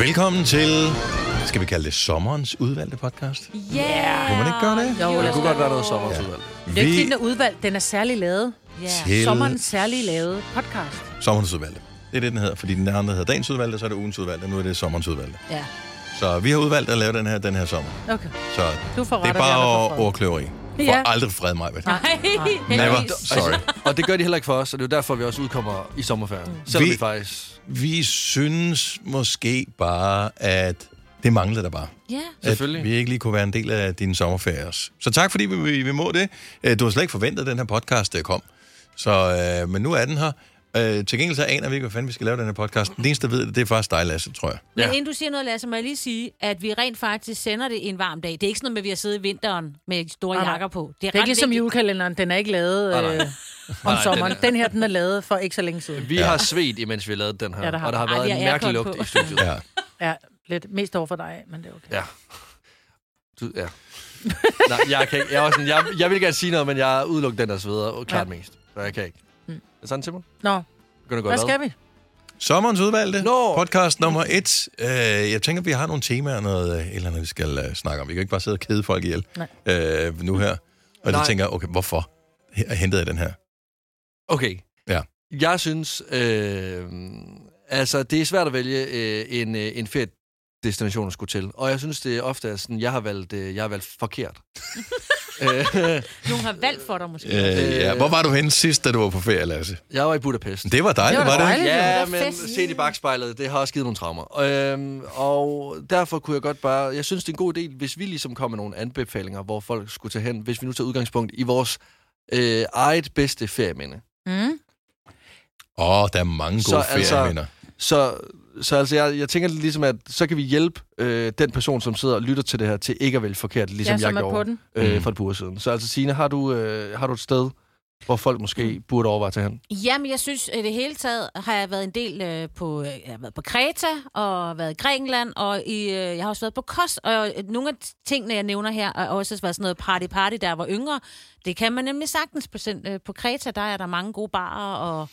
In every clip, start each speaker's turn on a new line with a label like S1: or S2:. S1: Velkommen til, skal vi kalde det sommerens udvalgte podcast?
S2: Yeah!
S1: Kunne man ikke gøre det?
S2: Jo, lad
S3: Det
S2: os
S3: kunne
S2: gøre
S3: godt være noget sommertidsudvalg.
S2: Det er ikke, fordi
S1: Vi
S2: den er udvalgt, den er særlig lavet.
S1: Til-
S2: Yeah. Sommerens særlig lavet podcast.
S1: sommerens udvalgte. Det er det, den hedder, fordi den andre hedder dagens udvalgte, så er det ugens udvalgte, nu er det sommerens udvalgte.
S2: Ja,
S1: Så vi har udvalgt at lave den her, den her sommer.
S2: okay.
S1: Så
S2: Du får
S1: det
S2: ret,
S1: er
S2: og de andre får
S1: bare
S2: fred.
S1: ordkløveri. For
S2: Ja.
S1: aldrig fred mig, ved
S2: Nej,
S1: Never.
S2: heldigvis.
S1: Sorry.
S3: Og det gør de heller ikke for os, og det er jo derfor, vi også udkommer i sommerferien. Selvom
S1: Vi-
S3: vi, vi faktisk...
S1: Vi synes måske bare, at det manglede der bare.
S4: Ja.
S3: Selvfølgelig.
S1: At vi ikke lige kunne være en del af din sommerferie også. Så tak, fordi vi, vi, vi må det. Øh, Du har slet ikke forventet, at den her podcast der kom. Så, øh, men nu er den her. Øh, til gengæld så aner vi ikke, hvad fanden vi skal lave den her podcast. Den eneste, der ved det, det er faktisk dig, Lasse, tror jeg.
S4: Men
S3: Ja.
S4: inden du siger noget, Lasse, må jeg lige sige, at vi rent faktisk sender det en varm dag. Det er ikke sådan noget med, at vi har siddet i vinteren med store
S2: Nej, nej.
S4: jakker på.
S2: Det er ikke
S4: ret
S2: ligesom
S4: vigtigt.
S2: julekalenderen, den er ikke lavet
S3: Nej, nej.
S2: øh,
S3: Ah, Nej,
S2: om
S3: den
S2: sommeren.
S3: er-
S2: Den her, den er lavet for ikke så længe siden.
S3: Vi ja. har svedt, imens vi har lavet den her.
S2: Ja, der har
S3: Og der har
S4: vi. Ej,
S3: været
S4: vi
S3: en
S4: har
S3: mærkelig
S4: aircon
S3: lugt
S4: på.
S3: i studiet.
S1: Ja.
S2: Ja, lidt mest over for dig, men det er okay.
S3: Ja. Du, ja. Nej, jeg kan ikke. Jeg, er også sådan, jeg, jeg vil gerne sige noget, men jeg udelukker den, der sveder og klart
S2: Ja.
S3: mest. Så jeg kan ikke.
S2: Mm.
S3: Er det sådan, Simon?
S2: Nå,
S3: Kan du gå
S2: hvad skal vi? Mm?
S1: Sommerens udvalgte
S3: Nå.
S1: podcast nummer et. Øh, jeg tænker, vi har nogle temaer, noget, øh, et eller andet, vi skal øh, snakke om. Vi kan ikke bare sidde og kede folk ihjel
S2: Nej.
S1: øh, nu her. Og så
S3: Nej.
S1: tænker jeg, okay, hvorfor h- hentede jeg den her?
S3: Okay.
S1: Ja.
S3: Jeg synes, øh, altså det er svært at vælge øh, en, øh, en fedt destination at skulle til. Og jeg synes, det er ofte er sådan, jeg har valgt, øh, jeg har valgt forkert. Øh,
S4: Nogen har valgt for dig måske. Øh.
S1: Øh, ja. Hvor var du henne sidst, da du var på ferie, Lasse?
S3: jeg var i Budapest.
S1: Det var dejligt,
S2: Det var
S1: var, det?
S2: dejligt.
S3: Ja,
S4: Det var
S3: men
S4: fest.
S3: set i bagspejlet, det har også givet nogle traumer. Øhm, og derfor kunne jeg godt bare... Jeg synes, det er en god idé, hvis vi ligesom kommer med nogle anbefalinger, hvor folk skulle tage hen, hvis vi nu tager udgangspunkt i vores øh, eget bedste ferieminde. Ligesom
S2: Mm?
S1: Åh, oh, der er mange
S3: Så
S1: gode
S3: altså-
S1: ferieminder.
S3: Så, så altså, jeg, jeg tænker ligesom, at så kan vi hjælpe øh, den person, som sidder og lytter til det her, til ikke at vælge forkert, ligesom
S2: Ja,
S3: jeg
S2: som er på
S3: gjorde
S2: den.
S3: øh,
S1: Mm.
S3: for et par uger siden. Så altså, Signe, har du, øh, har du et sted, hvor folk
S4: Mm.
S3: måske burde overveje at tage hen?
S4: Jamen, jeg synes, i det hele taget har jeg været en del øh, på... øh, Jeg har været på Kreta, og været i Grækenland, og i, øh, jeg har også været på Kos. Og øh, nogle af tingene, jeg nævner her, har også været sådan noget party-party, der var yngre. Det kan man nemlig sagtens på, sind- øh, på Kreta. Der er der mange gode barer, og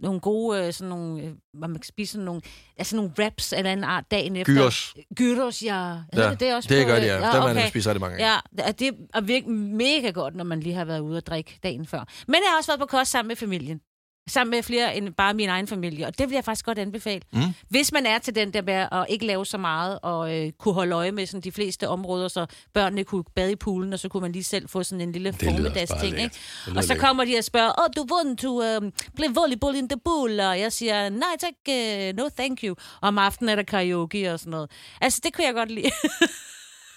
S4: nogle gode, øh, sådan nogle, øh, hvor man kan spise sådan nogle, altså nogle wraps eller en art dagen efter.
S3: Gyros.
S4: Gyros, ja. Hedder det, det, også
S3: det
S4: på,
S3: gør
S4: øh,
S3: de, ja. Der man spiser rigtig mange af.
S4: Ja, og det er virkelig mega godt, når man lige har været ude og drikke dagen før. Men jeg har også været på kost sammen med familien. Sammen med flere end bare min egen familie, og det vil jeg faktisk godt anbefale. Mm. Hvis man er til den der med at ikke lave så meget, og øh, kunne holde øje med sådan, de fleste områder, så børnene kunne bade i poolen, og så kunne man lige selv få sådan en lille
S1: lyder også bare
S4: formiddagsting.
S1: lækkert.
S4: Ikke?
S1: Det lyder
S4: Og så
S1: lækkert.
S4: kommer de og spørger, åh, du vundt, du øh, blev volleyball in the pool, og jeg siger, nej tak, øh, no thank you. Og om aftenen er der karaoke og sådan noget. Altså, det kunne jeg godt lide.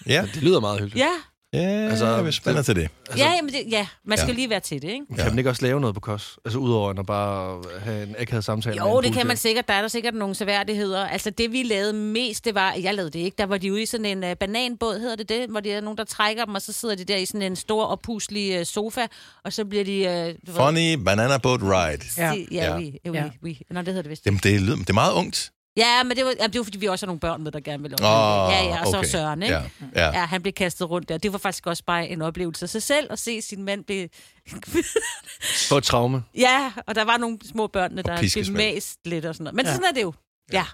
S1: Ja,
S3: Det lyder meget hyggeligt.
S4: ja,
S1: ja altså,
S3: Altså,
S1: jeg er spændende til det.
S4: altså, ja, jamen, det, ja, man skal
S1: Ja.
S4: ja. lige være til det, ikke?
S3: Kan man ikke også lave noget på kos? Altså udover end at bare have en akavet samtale? med
S4: Jo,
S3: en
S4: det kan
S3: pool-
S4: man sikkert. Der er der sikkert nogle seværdigheder. Altså det, vi lavede mest, det var... Jeg lavede det ikke. Der var de ude i sådan en uh, bananbåd, hedder det det? Hvor der er nogen, der trækker dem, og så sidder de der i sådan en stor og puslig uh, sofa, og så bliver de... Uh,
S1: Funny Banana Boat Ride.
S2: Ja.
S4: Ja, ja, vi, ja.
S2: Ja.
S4: Vi, vi. Nå, det hedder det vist.
S1: Jamen, det, lyder, det er meget ungt.
S4: Ja, men det var, jamen, det var, fordi vi også har nogle børn med, der gerne ville
S1: Åh,
S4: opleve det. Ja, ja, og så
S1: okay.
S4: Søren, ikke?
S1: Ja,
S4: Ja.
S1: ja.
S4: Ja, han blev kastet rundt der. Det var faktisk også bare en oplevelse af sig selv at se sin mand blive...
S3: Få et traume.
S4: ja, og der var nogle små børnene, der blev
S1: piskesmæld.
S4: mast lidt og sådan noget. Men ja. sådan er det jo. Ja.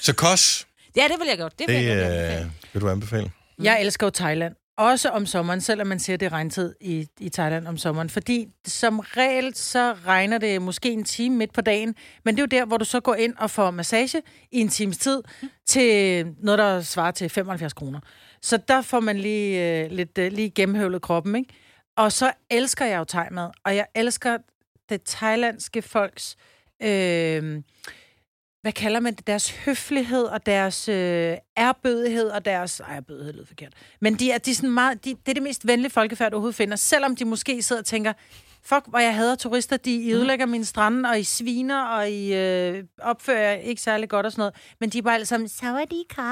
S1: Så kos,
S4: Ja, det vil jeg godt. Det vil
S1: det
S4: det, jeg godt. anbefale.
S1: øh, vil du anbefale.
S2: Jeg elsker jo Thailand. Også om sommeren, selvom man siger, at det er regntid i, i Thailand om sommeren. Fordi som regel, så regner det måske en time midt på dagen. Men det er jo der, hvor du så går ind og får massage i en times tid til noget, der svarer til 75 kroner. Så der får man lige, øh, lidt, øh, lige gennemhøvlet kroppen, ikke? Og så elsker jeg jo thai-mad, og jeg elsker det thailandske folks... Øh, hvad kalder man det, deres høflighed og deres øh, ærbødighed og deres... Ej, ærbødighed lyder forkert. Men de er, de er sådan meget, de, det er det mest venlige folkefærd, du overhovedet finder, selvom de måske sidder og tænker, fuck, hvor jeg hader turister, de I ødelægger mine strande, og I sviner, og I øh, opfører jer ikke særlig godt og sådan noget. Men de er bare alle sammen, sawadika.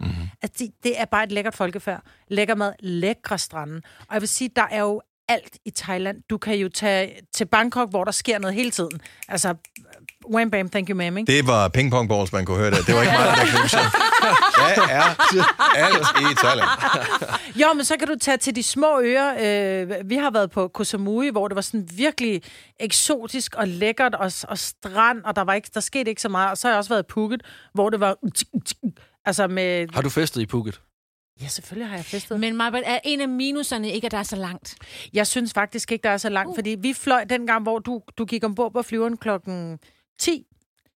S2: Mm-hmm. Altså, de, det er bare et lækkert folkefærd. Lækker mad, lækre strande. Og jeg vil sige, der er jo alt i Thailand. Du kan jo tage til Bangkok, hvor der sker noget hele tiden. Altså, wham bam, thank you ma'am, ikke?
S1: Det var pingpongballs, man kunne høre der. Det var ikke mig, der knusede. Hvad er alt i Thailand?
S2: Jo, men så kan du tage til de små øer. Øh, vi har været på Koh Samui, hvor det var sådan virkelig eksotisk og lækkert og, og strand, og der, var ikke, der skete ikke så meget. Og så har jeg også været i Phuket, hvor det var... Altså med...
S3: Har du festet i Phuket?
S2: Ja, selvfølgelig har jeg festet.
S4: Men Marbet, er en af minuserne ikke, at der er så langt?
S2: Jeg synes faktisk ikke, der er så langt,
S4: Uh.
S2: uh. fordi vi fløj den gang, hvor du, du gik ombord på flyveren klokken 10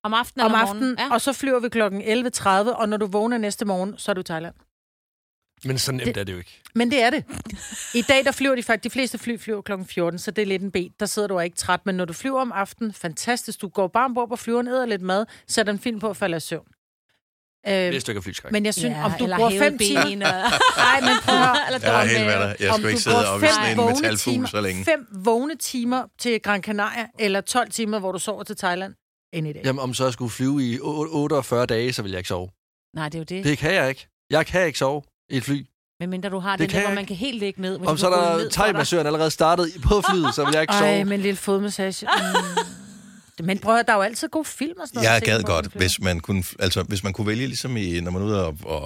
S4: Om aftenen
S2: om
S4: eller
S2: aftenen,
S4: morgenen?
S2: ja. og så flyver vi klokken 11.30, og når du vågner næste morgen, så er du i Thailand.
S3: Men så nemt det... er det jo ikke.
S4: Øhm,
S2: Men det er det. I dag, der flyver de faktisk, de fleste fly flyver klokken 14, så det er lidt en bed. Der sidder du og ikke træt, men når du flyver om aftenen, fantastisk. Du går bare ombord på flyveren, æder lidt mad, sætter en film på og falder i søvn. Øh,
S3: Det er et stykke flyskræk. Men...
S2: men jeg synes, ja, om du
S4: eller
S2: bruger
S4: hævet
S2: fem timer...
S4: ben, og-
S2: Nej, men prøv at høre.
S4: Eller
S1: Jeg er
S4: domme.
S1: helt med dig. Jeg
S2: Om
S1: skulle ikke
S2: du
S1: sidde
S2: bruger
S1: oppe i
S2: fem
S1: sådan en
S2: vågne
S1: metalfugl
S2: timer-
S1: så længe.
S2: Fem vågne timer til Gran Canaria, eller 12 timer, hvor du sover til Thailand. End i dag.
S3: Jamen, om så jeg skulle flyve i o- 48 dage, så vil jeg ikke sove.
S4: Nej, det er jo det.
S3: Det kan jeg ikke. Jeg kan ikke sove i et fly.
S4: Men mindre du har
S3: Det
S4: det den
S3: kan
S4: der,
S3: jeg
S4: hvor
S3: ikke.
S4: man kan helt ligge ned. Hvor
S3: Om
S4: de
S3: så er
S4: kan rulle ned
S3: der
S4: for
S3: thai allerede startet på flyet, så vil jeg ikke sove.
S2: Ej, men en lille fodmassage. Mm. Men prøv at høre, der er jo altid gode film og sådan noget.
S1: Jeg
S2: at se,
S1: gad
S2: hvor
S1: godt,
S2: man flyver.
S1: hvis man, kunne, altså, hvis man kunne vælge, ligesom i, når man er ude og, og,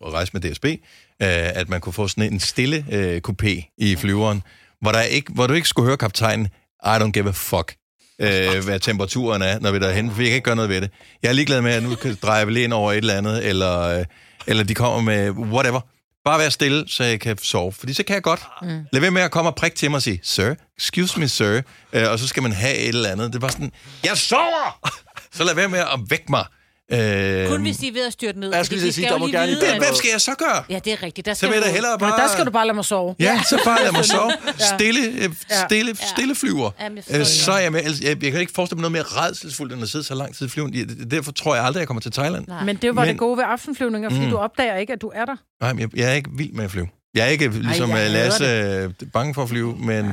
S1: og rejse med DSB, øh, at man kunne få sådan en stille øh, coupé i flyveren, hvor, der ikke, hvor du ikke skulle høre kaptajnen, I don't give a fuck, øh, hvad temperaturen er, når vi er derhenne, for jeg kan ikke gøre noget ved det. Jeg er ligeglad med, at nu kan dreje lige ind over et eller andet, eller, øh, eller de kommer med whatever. Bare vær stille, så jeg kan sove. Fordi så kan jeg godt. Mm. Lad være med at komme og prikke til mig og sige, sir, excuse me, sir. Øh, og så skal man have et eller andet. Det er bare sådan, jeg sover! Så lad være med at vække mig. Øh,
S4: Kun hvis de er ved at styrte ned.
S3: Jeg
S4: fordi
S3: skulle
S4: de
S3: lige sige,
S4: skal
S3: der
S4: jo
S3: må
S4: lige
S3: gerne-
S4: vide,
S1: det,
S4: at-
S1: hvad skal jeg så gøre?
S4: Ja, det er rigtigt. Der
S1: Så
S4: skal
S1: vil jeg da
S4: du-
S1: hellere
S2: Nå,
S1: bare...
S2: der skal du bare lade mig sove.
S1: Ja, så bare lad mig sove.
S2: Ja.
S1: Stille, øh, stille, stille flyver.
S4: Jamen, jeg forstår
S1: Øh,
S4: det
S1: Så er
S4: godt.
S1: jeg med. Ellers- Jeg, jeg kan ikke forestille mig noget mere redselsfuldt, end at sidde så lang tid i flyveren. Jeg- Derfor tror jeg aldrig, jeg kommer til Thailand. Nej,
S4: Nej.
S2: Men det var
S1: Men-
S2: det gode ved aftenflyvninger, fordi
S1: Mm.
S2: du opdager ikke, at du er der.
S1: men jeg, jeg er ikke vild med at flyve. Jeg er ikke ligesom
S2: jeg
S1: Ej,
S2: hader
S1: jeg Lasse øh, bange for at flyve, men...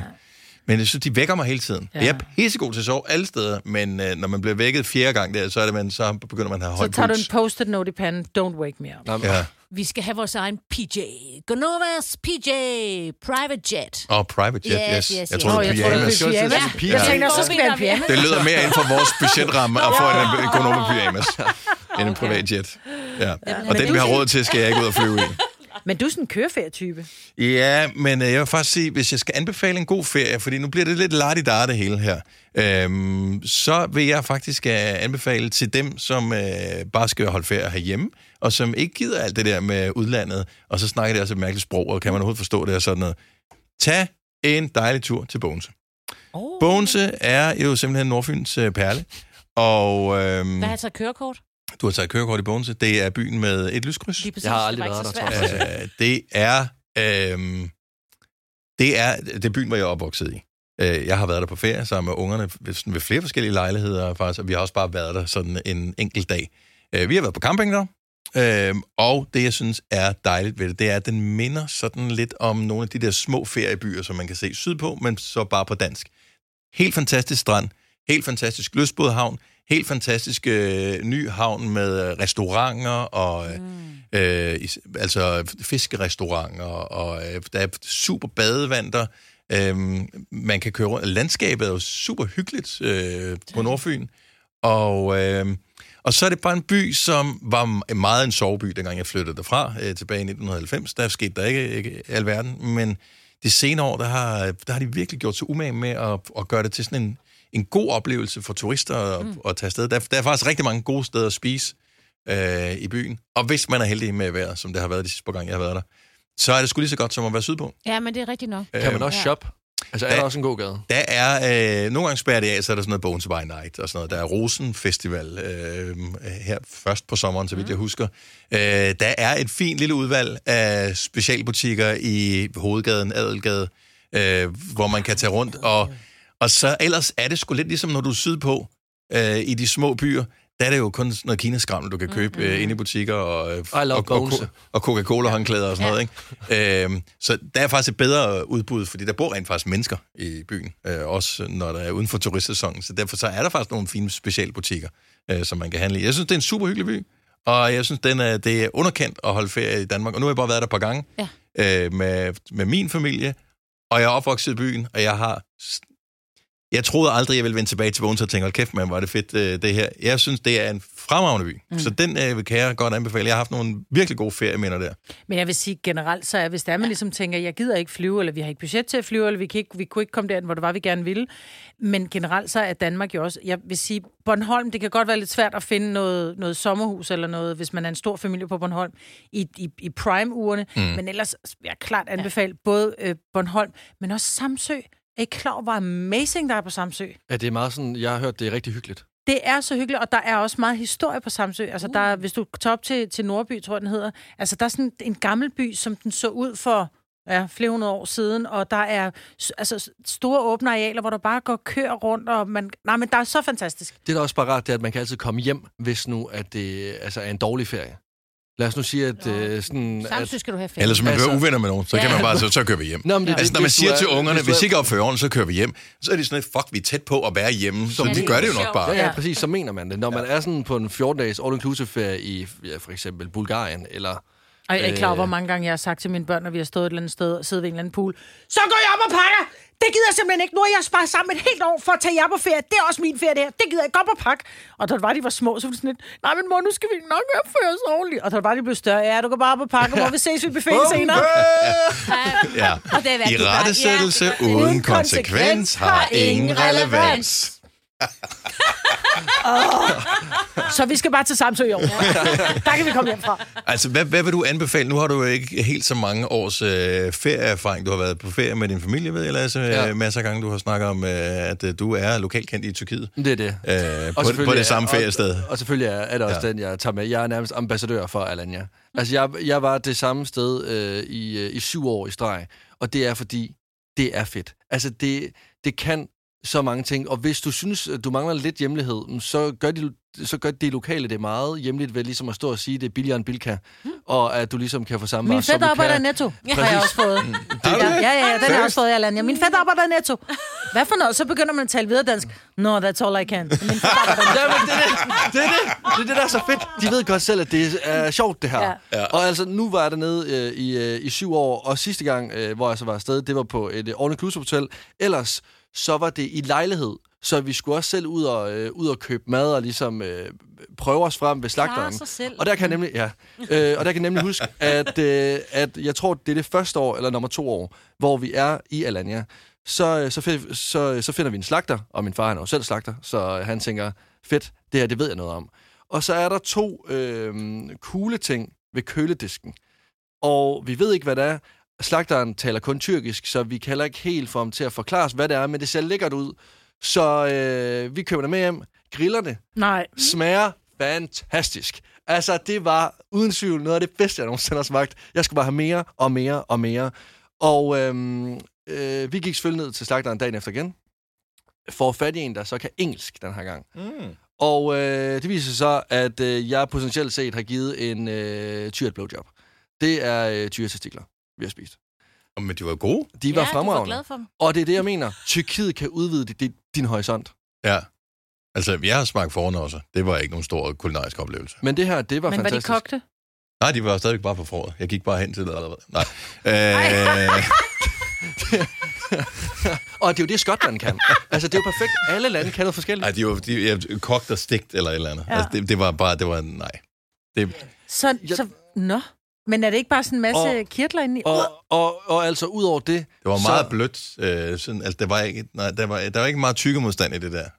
S1: Men jeg synes, de vækker mig hele tiden.
S2: Ja.
S1: Ja. Jeg er pissegod til at sove alle steder, men øh, når man bliver vækket fjerde gang der, så, er det, man, så begynder man at have høj
S2: Så tager du en
S1: puls.
S2: post-it note i panden. Don't wake me up.
S3: Nå, men-
S1: Ja.
S4: Vi skal have vores egen PJ. Gonovas PJ. Private jet.
S1: Og private jet, yes.
S4: Yes, yes,
S1: jeg
S4: yes.
S1: tror,
S2: Nå,
S1: det er
S2: jeg tror, det
S1: pyjamas.
S2: er pyjamas.
S3: Ja.
S2: Jeg tænker, så skal vi have en
S4: Ja.
S2: pyjamas.
S1: Det lyder mere inden for vores budgetramme at få en økonomisk pyjamas end en privatjet. Ja. Og
S2: Men
S1: den, vi har
S2: du-
S1: råd til, skal jeg ikke ud og flyve i.
S2: Men du er sådan en køreferietype.
S1: Ja, men øh, jeg vil faktisk sige, hvis jeg skal anbefale en god ferie, fordi nu bliver det lidt lartigt det hele her, øhm, så vil jeg faktisk øh, anbefale til dem, som øh, bare skal holde ferie herhjemme, og som ikke gider alt det der med udlandet, og så snakker det også et mærkeligt sprog, og kan man overhovedet forstå det og sådan noget. Tag en dejlig tur til Bogense.
S4: Oh.
S1: Bogense er jo simpelthen Nordfyns øh, perle, og øhm,
S4: Hvad har jeg taget kørekort?
S1: du har taget kørekort i Bogense. Det er byen med et lyskryds.
S4: Lige præcis,
S3: Jeg har
S4: det
S3: aldrig
S4: var ikke
S3: været
S4: så
S3: der, tror
S4: svært.
S3: jeg.
S1: Øh, det er... Øh, det er det er byen, hvor jeg er opvokset i. Øh, jeg har været der på ferie sammen med ungerne ved, sådan ved flere forskellige lejligheder, faktisk, og vi har også bare været der sådan en enkelt dag. Øh, vi har været på camping der, øh, og det, jeg synes er dejligt ved det, det er, at den minder sådan lidt om nogle af de der små feriebyer, som man kan se sydpå, men så bare på dansk. Helt fantastisk strand, helt fantastisk lystbådhavn, helt fantastisk øh, ny havn med øh, restauranter og... Øh, øh, is- altså fiskerestauranter, og øh, der er super badevand der. Øhm, man kan køre rundt. Landskabet er jo super hyggeligt øh, på Nordfyn. Og, øh, og så er det bare en by, som var m- meget en soveby, dengang jeg flyttede derfra øh, tilbage i 1990. Der skete der ikke, ikke alverden, men de senere år, der har, der har de virkelig gjort sig umage med at, at gøre det til sådan en, en god oplevelse for turister at, mm. at tage afsted. Der, der er faktisk rigtig mange gode steder at spise øh, i byen. Og hvis man er heldig med vejret, som det har været de sidste par gange, jeg har været der, så er det sgu lige så godt som at være sydpå. Øh,
S4: Ja, men det er rigtigt nok.
S3: Kan man også
S4: Ja.
S3: shoppe? Altså, er
S1: Ja.
S3: der også en god gade?
S1: Der er, øh, nogle gange spærrer det af, så er der sådan noget Bones by Night og sådan noget. Der er Rosen Festival øh, her først på sommeren, så vidt
S3: Mm.
S1: jeg husker. Øh, der er et fint lille udvalg af specialbutikker i Hovedgaden, Adelgade, øh, hvor man kan tage rundt. Og, og så ellers er det sgu lidt ligesom, når du er sydpå øh, i de små byer, der er det jo kun sådan noget kinaskrammel, du kan købe mm-hmm. øh, inde i butikker og, øh,
S3: I love
S1: og, og,
S3: Bogense.
S1: og Coca-Cola-håndklæder og sådan noget. Ikke? Øhm, så der er faktisk et bedre udbud, fordi der bor rent faktisk mennesker i byen, øh, også når der er uden for turistsæsonen. Så derfor så er der faktisk nogle fine specialbutikker, øh, som man kan handle i. Jeg synes, det er en super hyggelig by, og jeg synes, den er, det er underkendt at holde ferie i Danmark. Og nu har jeg bare været der et par gange
S4: Ja.
S1: øh, med, med min familie, og jeg er opvokset i byen, og jeg har s- Jeg troede aldrig, jeg ville vende tilbage til Bones og tænke, hold kæft, man, var det fedt, øh, det her. Jeg synes, det er en fremragende by. Mm. Så den øh, kan jeg godt anbefale. Jeg har haft nogle virkelig gode ferieminder der.
S2: Men jeg vil sige generelt, så er, hvis der man ligesom tænker, jeg gider ikke flyve, eller vi har ikke budget til at flyve, eller vi, kan ikke, vi kunne ikke komme derhen, hvor det var, vi gerne ville. Men generelt så er Danmark jo også, jeg vil sige, Bornholm, det kan godt være lidt svært at finde noget, noget sommerhus eller noget, hvis man er en stor familie på Bornholm, i, i, i prime-ugerne. Mm. Men ellers vil jeg klart anbefale ja. både øh, Bornholm, men også Samsø. Er I klar over, hvor amazing der er på Samsø?
S3: Ja, det er meget sådan, jeg har hørt, det er rigtig hyggeligt.
S2: Det er så hyggeligt, og der er også meget historie på Samsø. Altså, der, er- hvis du tager op til, til Nordby, tror jeg, den hedder, altså, der er sådan en gammel by, som den så ud for ja, flere hundrede år siden, og der er s- altså, s- store åbne arealer, hvor der bare går køer rundt, og man... Nej, men der er så fantastisk.
S3: Det, der er også bare rart, det er, at man kan altid komme hjem, hvis nu at det altså, er en dårlig ferie. Lad os nu sige, at...
S4: Nå.
S3: Øh, sådan,
S4: Samtidig
S3: at
S4: skal du have ferie.
S1: Ellers, hvis man
S3: Altså-
S1: altså, bliver uvenner med nogen, så kan
S4: Ja.
S1: man bare, så, så kører vi hjem.
S3: Nå, men det, er
S1: Altså,
S3: det,
S1: når man
S3: hvis du
S1: siger
S3: er-
S1: til ungerne,
S3: du
S1: hvis
S3: er-
S1: ikke opfører ordentligt, så kører vi hjem, så er de sådan lidt, fuck, vi er tæt på at være hjemme, så
S3: Som
S1: de
S3: det
S1: gør
S4: er
S1: det jo nok
S4: sjovt.
S1: bare.
S3: Ja, ja,
S4: Ja.
S3: præcis. Så mener man det. Når man er sådan på en 14-dages all-inclusive-ferie i ja, for eksempel Bulgarien, eller...
S2: Og jeg er ikke klar over, hvor
S3: Øh.
S2: mange gange jeg har sagt til mine børn, når vi har stået et eller andet sted og siddet ved en eller anden pool, så går jeg op og pakker! Det gider jeg simpelthen ikke. Nu har jeg sparet sammen et helt år for at tage jer på ferie. Det er også min ferie, det her. Det gider jeg ikke op og pakke. Og da det var, de var små, så var det sådan lidt, nej, men mor, nu skal vi nok opføre os ordentligt. Og da det var, de blev større, ja, du kan bare op og pakke, mor, vi ses ved buffeten senere.
S1: Ja.
S4: Og det er værd,
S1: I
S4: du gør.
S1: rettesættelse
S4: Ja.
S1: uden konsekvens har ingen relevans.
S2: Så vi skal bare til Samsø i år. Der kan vi komme hjem fra.
S1: Altså, hvad, hvad vil du anbefale? Nu har du jo ikke helt så mange års øh, ferieerfaring. Du har været på ferie med din familie, ved jeg, Lasse.
S3: Ja.
S1: Ja. Masser af gange, du har snakket om, øh, at øh, du er lokalt kendt i Tyrkiet.
S3: Det er det.
S1: Øh,
S3: Og
S1: på, på
S3: selvfølgelig
S1: det samme
S3: er-
S1: feriested.
S3: Og, og selvfølgelig er, er det også
S1: Ja.
S3: ja. den, jeg tager med. Jeg er nærmest ambassadør for Alanya. Altså, jeg, jeg var det samme sted øh, i, øh, i syv år i streg, og det er fordi, det er fedt. Altså, det, det kan så mange ting, og hvis du synes, at du mangler lidt hjemlighed, mm, så gør de så gør det lokale det meget hjemligt ved ligesom at stå og sige, det er billigere end Bilka, og at du ligesom kan få samme
S2: Mm.
S3: varer,
S2: Min
S3: som du
S2: fætter arbejder i
S3: kan.
S2: netto.
S4: Ja.
S2: Har jeg også fået.
S1: Mm, Har du
S2: Ja,
S1: det?
S2: ja, ja, den har jeg
S1: Seriøst?
S2: også fået i Alanya. Min fætter arbejder i netto. Hvad for noget? Så begynder man at tale videre dansk. No, that's all I can. Min fætter arbejder i Netto.
S3: Ja, men det, er det, det, er det, det er det, der er så fedt. De ved godt selv, at det er sjovt, det her.
S2: Ja.
S3: Ja.
S1: Ja.
S3: Ja. Og altså, nu var jeg dernede øh, i, øh, i syv år, og sidste gang, øh, hvor jeg så var afsted, det var på et øh, all-inclusive hotel. Ellers, så var det i lejlighed, så vi skulle også selv ud og, øh, ud og købe mad og ligesom øh, prøve os frem ved slagteren.
S4: sig selv.
S3: Og der kan jeg nemlig, ja, øh, og der kan jeg nemlig huske, at, øh, at jeg tror, det er det første år, eller nummer to år, hvor vi er i Alanya, så, øh, så, fi- så, så finder vi en slagter, og min far han er jo selv slagter, så han tænker, fedt, det her, det ved jeg noget om. Og så er der to øh, kugle ting ved køledisken, og vi ved ikke, hvad det er. Slagteren taler kun tyrkisk, så vi kan heller ikke helt få ham til at forklare os, hvad det er, men det ser lækkert ud. Så øh, vi køber det med hjem, griller det,
S2: Nej.
S3: smager fantastisk. Altså, det var uden tvivl noget af det bedste, jeg nogensinde har smagt. Jeg skulle bare have mere og mere og mere. Og øhm, øh, vi gik selvfølgelig ned til slagteren dagen efter igen. Får fat i en, der så kan engelsk den her gang.
S1: Mm.
S3: Og øh, det viser sig så, at øh, jeg potentielt set har givet en øh, tyret blowjob. Det er øh, tyretestikler, vi har spist.
S1: Oh, men de var gode.
S3: De var
S4: ja, Du var
S3: fremragende.
S4: glad for dem.
S3: Og det er det, jeg mener. Tyrkiet kan udvide dit, dit, din horisont.
S1: Ja. Altså, jeg har smagt foran også. Det var ikke nogen stor kulinarisk oplevelse.
S3: Men det her, det var
S2: Men var de
S3: fantastisk.
S2: kogte?
S1: Nej, de var stadigvæk bare på foråret. Jeg gik bare hen til det allerede. Nej. Øh,
S3: Og det er jo det, Skotland kan. altså, det er jo perfekt. Alle lande kan noget forskelligt.
S1: nej, de var de, ja, kogt og stegt eller et eller andet. Ja. Altså, det, det, var bare, det var, nej. Det,
S2: Så,
S3: Jeg-
S2: så, nå. Men er det ikke bare sådan en masse
S3: Og-
S2: kirtler inde i? Uh,
S3: Og, og, og altså, ud over det...
S1: Det var
S3: så-
S1: meget så... blødt. Øh, sådan, altså, der var, ikke, nej, der, var, der var ikke meget tykke modstand i det der.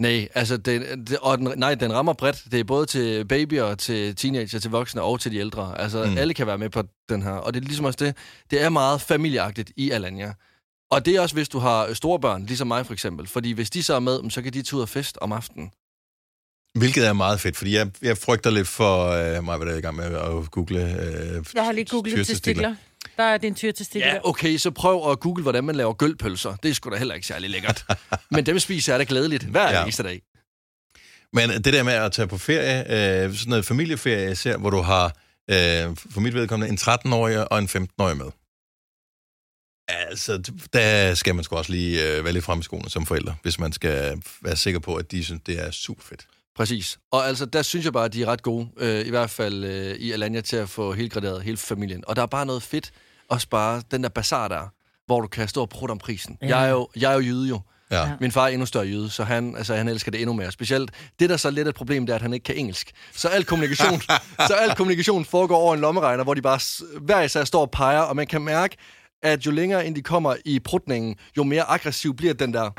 S3: Nej, altså, den, det- og den, nej, den rammer bredt. Det er både til babyer, til teenager, til voksne og til de ældre. Altså,
S1: Mm.
S3: mm. alle kan være med på den her. Og det er ligesom også det. Det er meget familieagtigt i Alanya. Og det er også, hvis du har øh, store børn, ligesom mig for eksempel. Fordi hvis de så er med, mm, så kan de tage ud og fest om aftenen.
S1: Hvilket er meget fedt, fordi jeg, jeg frygter lidt for... Øh, mig var der i gang med at google... Øh,
S2: Jeg har lige googlet
S1: tyretestikler.
S2: testikler. Der er din tyretestikler.
S3: Ja, okay, så prøv at google, hvordan man laver gølpølser. Det er sgu da heller ikke særlig lækkert. Men dem spiser jeg da glædeligt hver
S1: Ja.
S3: ja. eneste dag.
S1: Men det der med at tage på ferie, øh, sådan noget familieferie især, hvor du har, øh, for mit vedkommende, en 13-årig og en 15-årig med. Altså, d- der skal man sgu også lige øh, være lidt frem i skoene som forældre, hvis man skal være sikker på, at de synes, det er super fedt.
S3: Præcis. Og altså, der synes jeg bare, at de er ret gode, øh, i hvert fald øh, i Alanya, til at få helt graderet hele familien. Og der er bare noget fedt, også bare den der bazar der, er, hvor du kan stå og prutte om prisen.
S2: Ja.
S3: Ja. Jeg, er jo, jeg er jo jyde jo,
S1: Ja.
S2: Ja.
S3: Min far er endnu større jøde, så han, altså, han elsker det endnu mere. Specielt det, der så lidt er et problem, det er, at han ikke kan engelsk. Så al kommunikation, så al kommunikation foregår over en lommeregner, hvor de bare s- hver især står og peger, og man kan mærke, at jo længere ind de kommer i prutningen, jo mere aggressiv bliver den der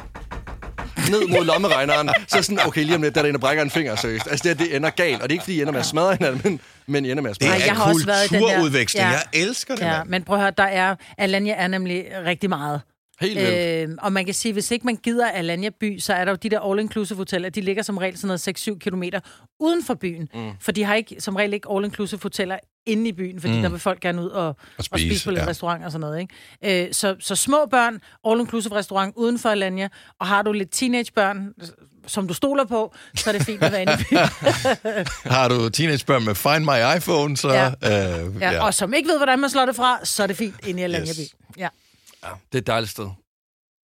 S3: ned mod lommeregneren. Så sådan, okay, lige om lidt, der er der en, der brækker en finger, seriøst. Altså, det, her, det ender galt, og det er ikke, fordi I ender med at smadre hinanden, men, men I ender med at
S1: Det
S3: smadre
S2: Ej,
S1: er
S3: hinanden.
S2: jeg har også været i den der-
S1: kulturudveksling.
S2: Ja.
S1: Jeg elsker det,
S2: Ja,
S1: mand.
S2: men prøv at høre, der er... Alanya er nemlig rigtig meget.
S3: Helt vildt.
S2: Øh, og man kan sige, hvis ikke man gider Alanya by, så er der jo de der all-inclusive hoteller, de ligger som regel sådan noget 6-7 km uden for byen. Mm. For de har ikke, som regel ikke all-inclusive hoteller inde i byen, fordi mm. der vil folk gerne ud og, og, spise, og
S1: spise,
S2: spise på lidt
S1: ja.
S2: ja. restaurant og sådan noget. Ikke? Øh, så, så små børn, all-inclusive restaurant uden for Alanya, og har du lidt teenagebørn, som du stoler på, så er det fint at være inde i byen.
S1: Har du teenagebørn med Find My iPhone, så...
S2: Ja.
S1: Øh,
S2: Ja,
S1: ja.
S2: Og som ikke ved, hvordan man slår det fra, så er det fint inde i Alanya
S1: Yes.
S2: yes. by. Ja.
S3: Ja, det er et dejligt sted.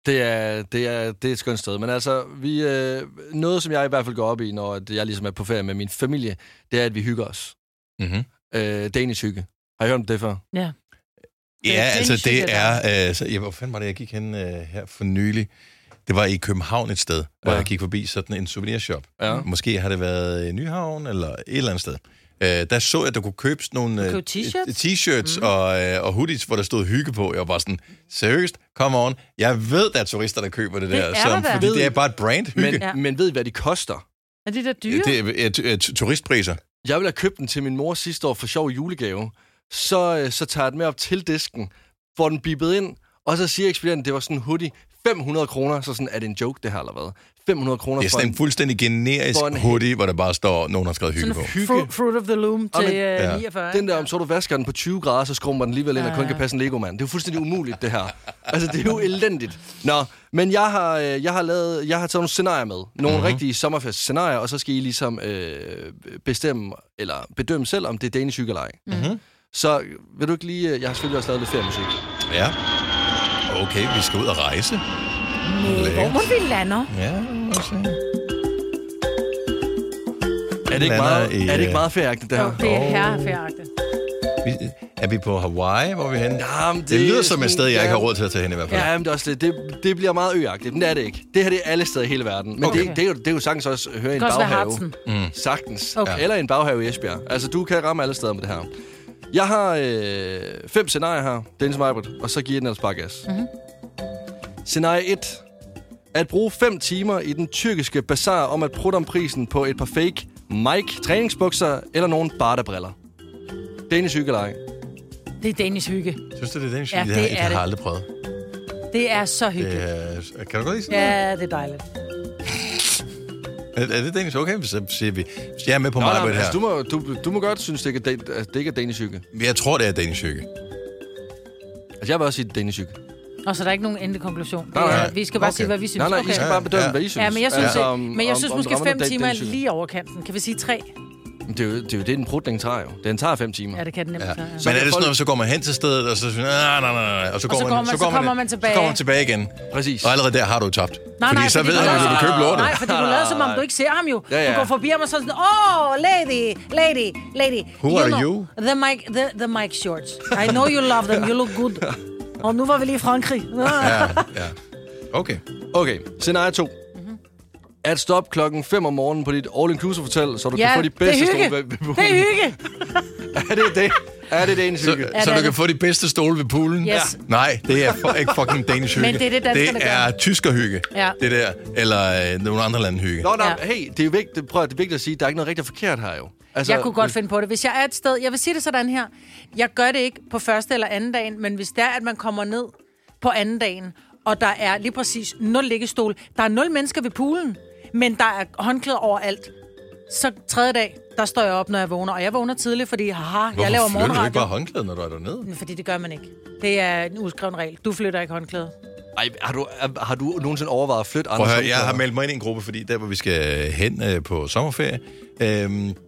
S3: Det er, det er, det er et skønt sted. Men altså, vi, øh, noget som jeg i hvert fald går op i, når at jeg ligesom er på ferie med min familie, det er, at vi hygger os.
S1: Mm-hmm.
S3: Øh, Danish hygge. Har I hørt om det før?
S1: Ja,
S2: Det er
S1: altså
S2: sindssygt,
S1: det
S2: det
S1: er... Øh, så, ja, hvor fanden var det, jeg gik hen øh, her for nylig? Det var i København et sted, ja. hvor
S3: Ja.
S1: jeg gik forbi sådan en souvenirshop.
S3: Ja.
S1: Måske har det været i Nyhavn eller et eller andet sted. Øh, der så jeg, at du kunne købe sådan nogle
S2: Du
S1: øh,
S2: købte t-shirts?
S1: t-shirts mm. og, øh, og hoodies, hvor der stod hygge på. Jeg var bare sådan, seriøst, come on. Jeg ved, der er turister, der køber det,
S2: Det
S1: der.
S2: er der da.
S1: fordi det er bare et brand hygge.
S3: Men,
S1: Men,
S3: ja.
S2: Ja.
S3: men ved I, hvad de koster?
S2: Er de der dyre?
S1: det er, er, er, er turistpriser.
S3: Jeg ville have købt den til min mor sidste år for sjov i julegave. Så, øh, så tager jeg den med op til disken, får den bippet ind, og så siger ekspedienten, det var sådan en hoodie. 500 kroner, så sådan, er det en joke, det her, eller hvad? 500 kroner
S1: Det er
S3: for
S1: sådan en fuldstændig generisk
S3: for en-
S1: hoodie, hvor der bare står, nogen har skrevet hygge på.
S2: Sådan fruit, fruit of the Loom til
S3: men-
S2: øh,
S1: Ja.
S2: 49.
S3: Den der, om så du vasker den på 20 grader, så skrumper den alligevel ind, og kun kan passe en Lego, mand. Det er jo fuldstændig umuligt, det her. Altså, det er jo elendigt. Nå, men jeg har, øh, jeg har, lavet, jeg har taget nogle scenarier med. Nogle
S1: Mhm.
S3: mm-hmm. rigtige sommerfest-scenarier, og så skal I ligesom øh, bestemme, eller bedømme selv, om det er Danish hygge eller ej. Mm-hmm. Så vil du ikke lige... øh, Jeg har selvfølgelig også lavet lidt feriemusik.
S1: Ja. Okay, vi skal ud og rejse.
S2: Næh, hvor må vi lander?
S1: Ja, også.
S3: Er det ikke
S1: Lander
S3: meget,
S1: i,
S3: er det ikke
S1: øh,
S3: meget ferieagtigt, det her?
S2: Jo, det er
S1: Åh.
S2: herrefærdigt.
S1: Vi, er vi på Hawaii? Hvor er vi henne?
S3: Jamen,
S1: det, det lyder
S3: er
S1: som et
S3: sådan-
S1: sted, jeg ikke har
S3: ja.
S1: råd til at tage hen i hvert fald.
S3: Ja, men det, er også det. det, det bliver meget øagtigt, men det er det ikke. Det her det er alle steder i hele verden. Men okay.
S2: Okay.
S3: det, det, er jo, det er jo sagtens også at høre i en
S2: kan også være
S3: baghave.
S2: Harzen.
S3: Mm. Sagtens. Okay.
S2: Okay.
S3: Eller i en baghave i Esbjerg. Altså, du kan ramme alle steder med det her. Jeg har øh, fem scenarier her, Dennis Meibert, og så giver jeg den ellers bare gas.
S2: Mhm.
S3: Mm-hmm. Scenarie 1. At bruge 5 timer i den tyrkiske bazar om at prutte om prisen på et par fake Mike træningsbukser eller nogle barterbriller. Danish hygge eller ej.
S2: Det er Danish hygge.
S1: Synes du, det er den
S2: Ja,
S1: det,
S2: det
S1: har-
S2: er
S1: det har
S2: det.
S1: jeg aldrig prøvet.
S2: Det er så hyggeligt.
S1: Øh, kan du godt lide sådan noget?
S2: Ja, det er dejligt.
S1: Er, er det Dennis okay? Så siger vi, så jeg er med på
S3: Nå,
S1: mig
S3: nej,
S1: på
S3: men
S1: det her.
S3: altså, du, må, du, du må godt synes, det ikke er, Dan- altså, det ikke er Danish hygge.
S1: Jeg tror, det er Danish hygge.
S3: Altså, jeg vil også sige Danish hygge.
S2: Og så er der ikke nogen endelig konklusion. Det
S3: Nej, nej.
S2: er- Vi skal bare
S1: Okay.
S2: sige, hvad vi synes.
S3: Nej, nej, I
S2: Okay.
S3: skal bare bedømme,
S1: Ja.
S3: hvad I synes.
S2: Ja, men jeg synes,
S3: Altså,
S2: ikke,
S3: om-
S2: men jeg
S3: om-
S2: synes
S3: om
S2: måske
S3: rammerne
S2: fem
S3: er Danish
S2: timer er
S3: hygge.
S2: lige over kanten. Kan vi sige tre?
S3: Men Det er, jo, det er jo det, den prutning tager jo. Den tager fem timer.
S2: Ja, det kan den nemt.
S1: Ja.
S2: Ja.
S1: Men er det
S3: kan
S1: sådan
S3: folk-
S1: noget, så går man hen til stedet, og så siger nej, nej, nej, nej, og så går,
S2: så
S1: man,
S2: går man- så kommer
S1: ind.
S2: man
S1: Så
S2: tilbage.
S1: kommer man tilbage igen.
S3: Præcis.
S1: Og allerede der har du tabt.
S2: Nej,
S1: fordi
S2: nej,
S1: så ved
S2: du
S1: han, at du
S2: lader-
S1: vil købe lortet.
S2: Nej, fordi du lader som om, du ikke ser ham jo.
S3: Ja, ja.
S2: Du går forbi ham og så sådan, åh, oh, lady, lady, lady.
S1: Who are
S2: know,
S1: you?
S2: The Mike, the, the Mike shorts. I know you love them, you look good. Og nu var vi lige i Frankrig.
S1: Ja, ja. Okay.
S3: Okay, scenarie 2. At stoppe klokken 5 om morgenen på dit all-inclusive hotel, så du
S2: Mhm. Ja,
S3: kan få de
S2: det er
S3: bedste
S2: hygge.
S3: stole ved, ved
S2: Det er
S3: poolen.
S2: hygge.
S3: er det det? Er det Danish
S1: Så,
S3: hygge?
S1: ja, så
S2: det
S1: du
S2: er
S1: kan
S2: det.
S1: få de bedste stole ved poolen?
S2: Yes.
S1: Ja. Nej, det er fu- ikke fucking Danish hygge.
S2: det er det, danskerne
S1: Det er tyskerhygge,
S2: Ja.
S1: det der. Eller øh, nogle andre lande hygge.
S3: Nå, nej,
S2: Ja.
S3: hey, det er vigtigt, prøv, at- det er vigtigt at sige, der er ikke noget rigtigt og forkert her jo. Altså,
S2: Jeg kunne godt finde på det. Hvis jeg er et sted, jeg vil sige det sådan her. Jeg gør det ikke på første eller anden dagen, men hvis det er, at man kommer ned på anden dagen, og der er lige præcis nul liggestol. Der er nul mennesker ved poolen, men der er håndklæder overalt. Så tredje dag, der står jeg op, når jeg vågner. Og jeg vågner tidligt, fordi haha, jeg laver
S1: flytter du ikke bare
S2: morgenradio.
S1: håndklædet, når du er dernede?
S2: Fordi det gør man ikke. Det er en uskreven regel. Du flytter ikke håndklæde.
S3: Ej, har du, er- har du nogensinde overvejet at flytte
S1: Prøv
S3: andre
S1: at høre, jeg har meldt mig ind i en gruppe, fordi der, hvor vi skal hen øh, på sommerferie, øh,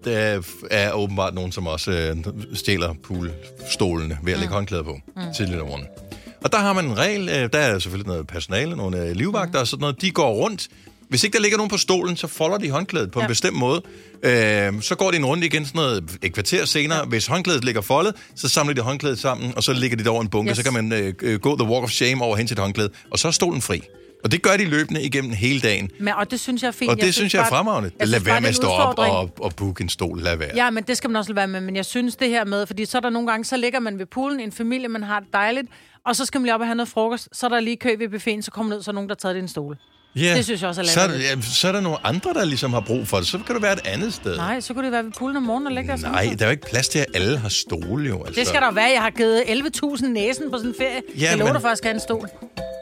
S1: der f- er åbenbart nogen, som også øh, stjæler poolstolene ved at lægge håndklæder på tidligere om morgenen. Og der har man en regel, øh, der er selvfølgelig noget personale, nogle øh, livvagter og sådan noget, de går rundt. Hvis ikke der ligger nogen på stolen, så folder de håndklædet på ja. en
S2: Ja.
S1: bestemt måde. Øh, så går de en runde igen sådan noget et kvarter senere. Ja. Hvis håndklædet ligger foldet, så samler de håndklædet sammen, og så ligger de det over en bunke. Yes.
S2: Yes.
S1: Så kan man øh, øh, gå the walk of shame over hen til et håndklæde, og så er stolen fri. Og det gør de løbende igennem hele dagen.
S2: Men, og det synes jeg er fint.
S1: Og det synes jeg er
S2: bare-
S1: fremragende.
S2: jeg
S1: Lad
S2: synes bare,
S1: være
S2: det
S1: med
S2: er
S1: at
S2: en
S1: stå op
S2: udfordring.
S1: og, og booke en stol. Lad være.
S2: Ja, men det skal man også lade være med. Men jeg synes det her med, fordi så er der nogle gange, så ligger man ved poolen, en familie, man har det dejligt, og så skal man lige op og have noget frokost, så er der lige kø ved buffeten, så kommer man ud, så er nogen, der har taget din stol.
S1: Ja.
S2: det synes jeg også er
S1: så er, der,
S2: latterligt.
S1: ja, så er der nogle andre, der ligesom har brug for det. Så kan du være et andet sted.
S2: Nej, så kunne det være ved poolen om morgenen og lægge dig og sådan
S1: Nej,
S2: noget.
S1: der er jo ikke plads til, at alle har stole jo. Altså.
S2: Det skal der jo være. Jeg har givet 11.000 næsen på sådan en ferie.
S1: Ja,
S2: Ja, jeg lover
S1: men-
S2: dig faktisk have en stol.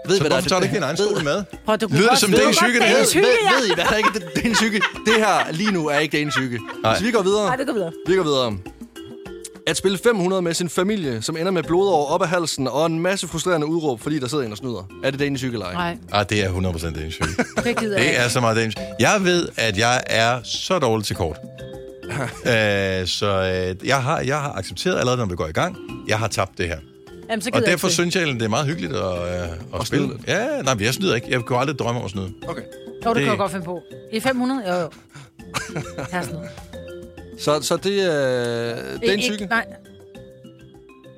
S3: Ved I,
S1: Så
S3: hvad der
S1: hvorfor tager du ikke
S3: det-
S1: din egen
S3: ved-
S1: stol med?
S2: Prøv, du kunne
S1: Lyder det
S2: godt-
S1: som
S2: ved du
S1: dagens
S2: godt,
S1: psyke, det
S2: dagens
S1: her?
S2: psyke,
S3: ved,
S2: ja.
S3: ved I, hvad der ikke er dagens psyke? Det her lige nu er ikke dagens psyke. Så vi går videre.
S2: Nej, vi går videre.
S3: Vi går videre. At spille 500 med sin familie, som ender med blodår op ad halsen og en masse frustrerende udråb, fordi der sidder en og snyder. Er det dagens psyke eller ej?
S2: Nej,
S1: Ah, det er 100% Danish Fury.
S2: det gider jeg
S1: Det
S2: ikke.
S1: er så meget Danish. Jeg ved, at jeg er så dårlig til kort. øh, så øh, jeg, har, jeg har accepteret allerede, når vi går i gang. Jeg har tabt det her.
S2: Jamen, så gider
S1: Og derfor
S2: jeg ikke.
S1: synes jeg, egentlig, det er meget hyggeligt at, øh, at, at
S3: snyde
S1: spille.
S3: lidt.
S1: Ja, nej, men jeg snyder ikke. Jeg kunne aldrig drømme om at snyde.
S3: Okay.
S2: det. Jo, det kan
S1: det-
S2: jeg godt finde på. I 500? Jo, jo. Her er sådan noget.
S3: Så, så det er øh, dagens
S2: Ikke-
S3: psyke?
S2: Nej.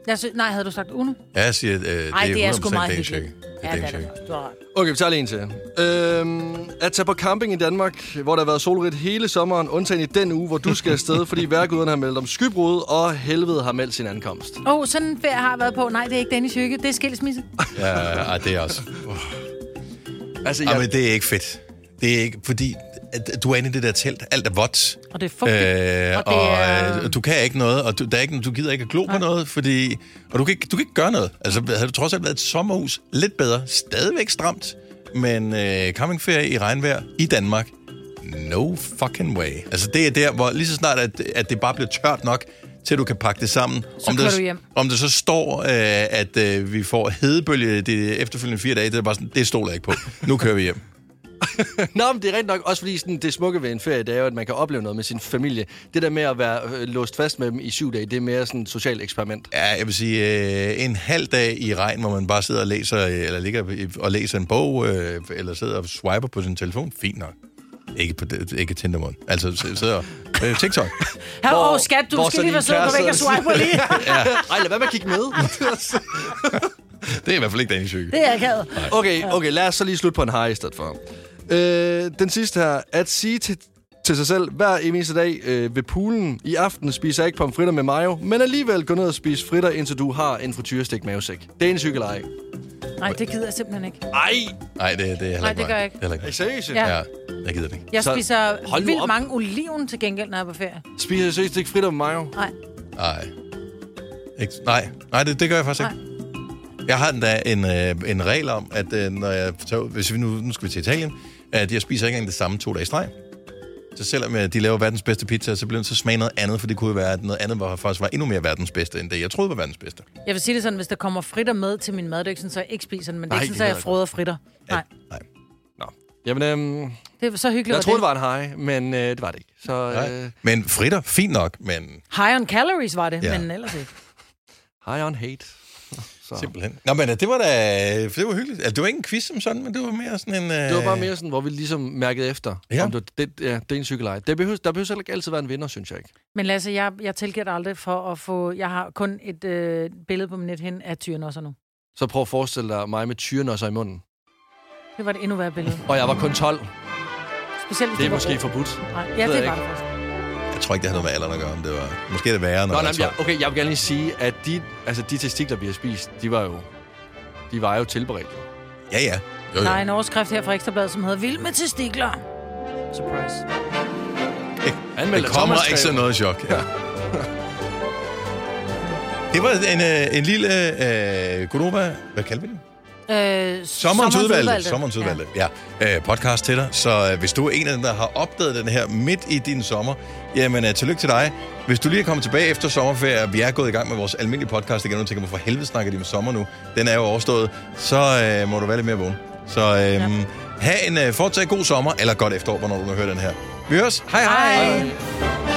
S2: Jeg synes, nej, havde du sagt Uno?
S1: Ja, Jeg siger, øh, det,
S4: Ej,
S1: er
S4: det er sgu
S1: 100%
S4: meget
S1: Danish Fury.
S4: hyggeligt.
S1: Det
S2: Ja,
S1: er
S2: det
S1: Danish
S2: er
S1: Fury.
S2: det. Du har ret.
S3: Okay, vi tager lige en til. Øhm, at tage på camping i Danmark, hvor der har været solrigt hele sommeren, undtagen i den uge, hvor du skal afsted, fordi vejrguderne har meldt om skybrud, og helvede har meldt sin ankomst.
S2: Åh, oh, sådan en ferie har jeg været på. Nej, det er ikke Dennis Hygge. Det er skilsmisse.
S1: Ja, ej, det er også...
S3: Altså,
S1: Ja.
S3: jeg,
S1: men det er ikke fedt. Det er ikke, fordi at du er inde i det der telt, alt er vådt.
S2: Og det er fugtigt.
S1: Øh,
S2: og
S1: og,
S2: det er-
S1: og øh, du kan ikke noget, og du, der er ikke, du gider ikke at glo på noget, fordi, og du kan, ikke, du kan ikke gøre noget. Altså, havde du trods alt været et sommerhus, lidt bedre, stadigvæk stramt, men øh, campingferie i regnvejr i Danmark, no fucking way. Altså, det er der, hvor lige så snart, at, at det bare bliver tørt nok, til du kan pakke det sammen. Så om,
S2: kører
S1: det,
S2: du hjem.
S1: om det så står, øh, at øh, vi får hedebølge de efterfølgende fire dage, det er bare sådan, det stoler jeg ikke på. Nu kører vi hjem.
S3: Nå, men det er rent nok også fordi sådan, det smukke ved en ferie, det er jo, at man kan opleve noget med sin familie. Det der med at være øh, låst fast med dem i syv dage, det er mere sådan et socialt eksperiment.
S1: Ja, jeg vil sige, øh, en halv dag i regn, hvor man bare sidder og læser, øh, eller ligger i- og læser en bog, øh, eller sidder og swiper på sin telefon, fint nok. Ikke, på, det- ikke Tindermund. Altså, s- sidder og- øh, TikTok.
S2: Her,
S3: hvor-
S2: åh, skat, du
S3: hvor
S2: skal
S3: så
S2: lige
S3: din
S2: være sød, du
S3: kæreste-
S2: vil ikke at swipe på lige.
S3: Ja. Ej, lad være med at kigge med.
S1: Det er i hvert fald ikke Danish Hygge.
S2: Det er akavet.
S3: Okay, okay, lad os så lige slutte på en hej i stedet for. Øh, den sidste her. At sige til, til sig selv hver eneste dag øh, ved poolen, i aften spiser jeg ikke pomfritter med mayo, men alligevel gå ned og spise fritter, indtil du har en frityrestik mavesæk. Det er en cykelej.
S2: Nej, det gider jeg simpelthen ikke.
S3: Ej!
S1: Nej, det, det er heller
S2: Nej,
S1: ikke
S2: det gør
S1: mig.
S2: jeg ikke.
S1: Det er heller
S3: Er I
S1: ikke.
S3: seriøse?
S2: Ja.
S1: mig. Ja, jeg gider det ikke.
S2: Jeg
S3: Så-
S2: spiser
S3: hold nu op.
S2: vildt mange oliven til gengæld, når jeg er på ferie.
S3: Spiser I seriøst ikke fritter med mayo?
S2: Nej.
S1: Nej. Ikke, nej, nej det, det gør jeg faktisk ikke. Jeg har endda en, øh, en regel om, at øh, når jeg tager, ud- hvis vi nu, nu skal vi til Italien, at jeg spiser ikke engang det samme to dage i streg. Så selvom øh, de laver verdens bedste pizza, så bliver den så smage noget andet, for det kunne jo være, at noget andet var, faktisk var endnu mere verdens bedste, end det jeg troede var verdens bedste.
S2: Jeg vil sige det sådan, hvis der kommer fritter med til min mad, det er ikke sådan, så jeg ikke spiser den, men det er
S3: Nej,
S2: ikke sådan,
S3: det
S2: så jeg
S3: gider jeg
S2: frøder fritter. Nej,
S1: Nej.
S3: Nå. Jamen, øhm,
S2: det er så hyggeligt.
S3: jeg troede, det
S2: var...
S3: var en hej, men øh, det var det ikke. Så
S1: nej.
S3: øh,
S1: Men fritter, fint nok, men
S2: det. High on calories var det,
S1: Ja.
S2: ja. men ellers ikke.
S3: hej on hate. Så.
S1: simpelthen. Nå, men øh, det var da det var hyggeligt. Altså, det var ikke en quiz som sådan, men det var mere sådan en... Øh,
S3: Det var bare mere sådan, hvor vi ligesom mærkede efter,
S1: Ja.
S3: ja. om det, det, ja, det er en cykelej. Der behøver, der behøver heller ikke altid være en vinder, synes jeg ikke.
S2: Men Lasse, jeg, jeg tilgiver dig aldrig for at få... Jeg har kun et øh, billede på min net hen af tyren også nu.
S3: Så prøv at forestille dig mig med tyrenosser i munden.
S2: Det var det endnu værre billede.
S3: Og jeg var kun 12.
S2: Specielt, hvis
S3: Det er
S2: var
S3: måske
S2: rå.
S3: forbudt.
S2: Nej, ja,
S3: ved
S2: det
S3: jeg
S2: var det faktisk.
S1: Jeg tror ikke, det havde noget med alderen at gøre. men Det var, måske er det værre, når
S3: Nå,
S1: man
S3: nej,
S1: er
S3: men jeg,
S1: tolv.
S3: okay, jeg vil gerne lige sige, at de, altså, de testikler, vi har spist, de var jo, de var jo tilberedt.
S1: Ja, ja. Jo, jo.
S2: Der er en overskrift her fra Ekstrabladet, som hedder Vild med testikler. Øh, Surprise.
S3: Anmeld
S1: Det
S3: af
S1: kommer
S3: Thomas
S1: ikke sådan
S3: Treve.
S1: noget chok. Ja. Det var en, øh, en lille øh, Gunova, hvad kalder vi det?
S2: Øh,
S1: Sommerens udvalgte. Sommerens udvalgte, ja. ja. Øh, podcast til dig. Så øh, hvis du er en af dem, der har opdaget den her midt i din sommer, jamen øh, tillykke til dig. Hvis du lige er kommet tilbage efter sommerferie, og vi er gået i gang med vores almindelige podcast igen, og du tænker, hvorfor helvede snakker de med sommer nu? Den er jo overstået. Så øh, må du være lidt mere vågen. Så øh, ja. have en øh, fortsat god sommer, eller godt efterår, hvornår du nu hører den her. Vi høres. Hej hej. hej.
S2: Hej.